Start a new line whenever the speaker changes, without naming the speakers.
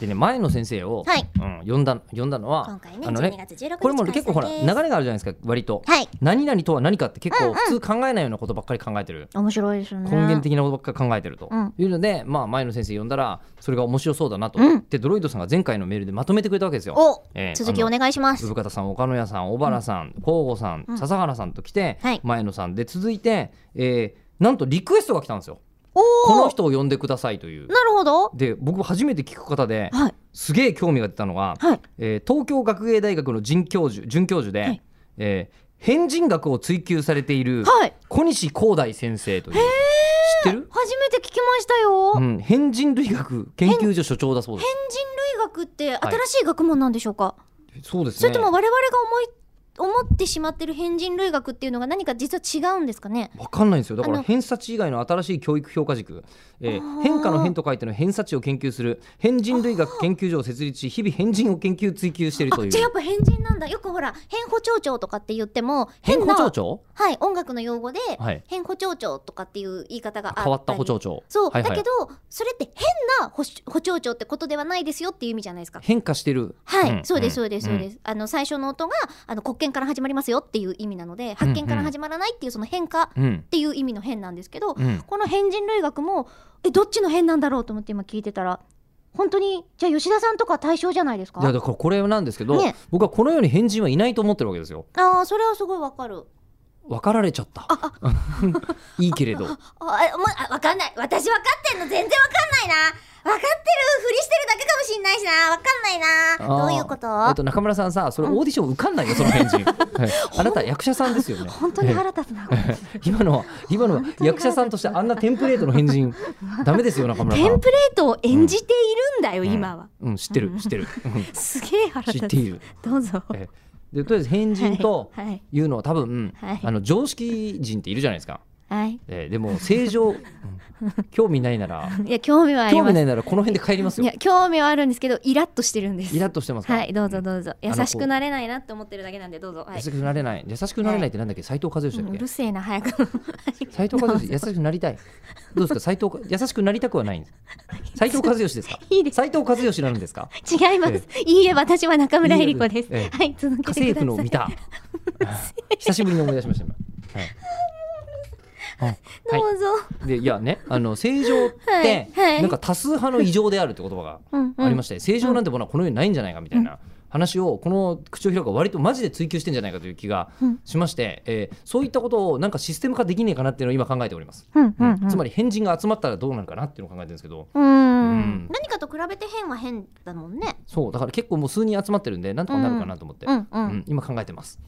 でね前の先生を、
はい
うん、呼んだ呼んだのは
今回ね
あの
12月16日
これも結構ほら
開
流
催です
れがあるじゃないですか割と、
はい
何々とは何かって結
うんう
構
ん
普通考えないようなことばっかり考えてる、
面白いですね
根源的なことばっかり考えてると、
うん
いうので、まあ、前の先生呼んだらそれが面白そうだなと、
うん
でドロイドさんが前回のメールでまとめてくれたわけですよ。
お、
えー
続きお願いします
生方さん岡野屋さん小原さん甲吾さん
うん
笹原さんと来て、
はい
前野さんで続いて、えーなんとリクエストが来たんですよ。
お
この
お
人を呼んでくださいという。
なるほど
で僕も初めて聞く方で
はい
すげえ興味が出たのが、
はい
えー東京学芸大学の准教授准教授で、
はい
えー変人学を追求されている
はい
小西光大先生という知ってる、
初めて聞きましたよ、
う
変人
ん、変人類学研究所所長だそうです
類学って新しい学問なんでしょうか、
そうですね
それとも我々が思い思ってしまってる変人類学っていうのが何か実は違うんですかね
わかんないんですよだか
あ
ら
の
偏差値以外の新しい教育評価軸、えー
あー
変化の変と書いての偏差値を研究する変人類学研究所を設立し日々変人を研究追求しているとい
あ、
う
じゃあやっぱ変人なんだよくほら変歩長調とかって言っても
変
変な
補聴長
はい音楽の用語で、
はい
変歩長調とかっていう言い方があったり
変わった補聴長
そう、
はいはい
だけどそれって変な歩歩長調ってことではないですよっていう意味じゃないですか
変化してる
はい、
うん
そうですそうです
うん
そうです、あの最初の音があの国権から始まりますよっていう意味なので発見から始まらないっていうその変化っ
うん
ていう意味の変なんですけど、
うん
この変人類学もえどっちの変なんだろうと思って今聞いてたら本当にじゃあ吉田さんとか対象じゃないですか
いやだからこれなんですけど、
ね
僕はこの世に変人はいないと思ってるわけですよ
ああそれはすごいわかる
分かられちゃった いいけれど
あえもうあわかんない私わかってんの全然わかんないなわかってるふりしてるだけかもしんないしなわかんない
あ
な
ー
どういうこと、
えっと、中村さんさそれオーディション受かんないよその 変人、はいあなた役者さんですよね
本当に腹立つなこれ
ええ 今のは今のは役者さんとしてあんなテンプレートの変 人ダメですよ中村さん
テンプレートを演じているんだよ、
うん
今は
うん知ってる知ってるうん
すげえ 腹
知
立
っ
つ
ている
どうぞ
ええでとりあえず変人と
はいはい
いうのは多分、
はい
あの常識人っているじゃないですか、
はい
ええでも正常、うん興味ないなら
いや興味はあり
興
ま
味
す
ないならこの辺で帰ります
い
よ
や興味はあるんですけどイラッとしてるんです
イラッとしてますか
はいどうぞどうぞ
あ
優
の
しくなれないなって思ってるだけなんでどうぞは
優
い
しくなれない優しくなれないってなんだっけ斉藤和義だ
うん
っ
う
け
るせえな早く
斉藤 和義優しくなりたいどうですか斉藤か優しくなりたくはないん です斉藤和義ですか
いいです
斉藤和義なんですか
違います、
え
いいえ私は中村えり子です
いいえええ
はい続
家
けて
政
く
婦
だ
の
さい
見た久しぶりに思い出しました今はい
ど
は
うぞ、
い、でいやねあの正常って、
はいはい
なんか多数派の異常であるって言葉が
うんうん
ありまして、正常なんてものはこの世にないんじゃないかみたいな話をこの口を開くは割とマジで追求してんじゃないかという気が
うん
しまして、えーそういったことをなんかシステム化できねえかなっていうのを今考えております、
うんうんうん
つまり変人が集まったらどうなるかなっていうのを考えてるんですけど
うー
うん
ん何かと比べて変は変だもんね
そうだから結構もう数人集まってるんでなんとかなるかなと思って、
うんう
うん
ん、
今考えてます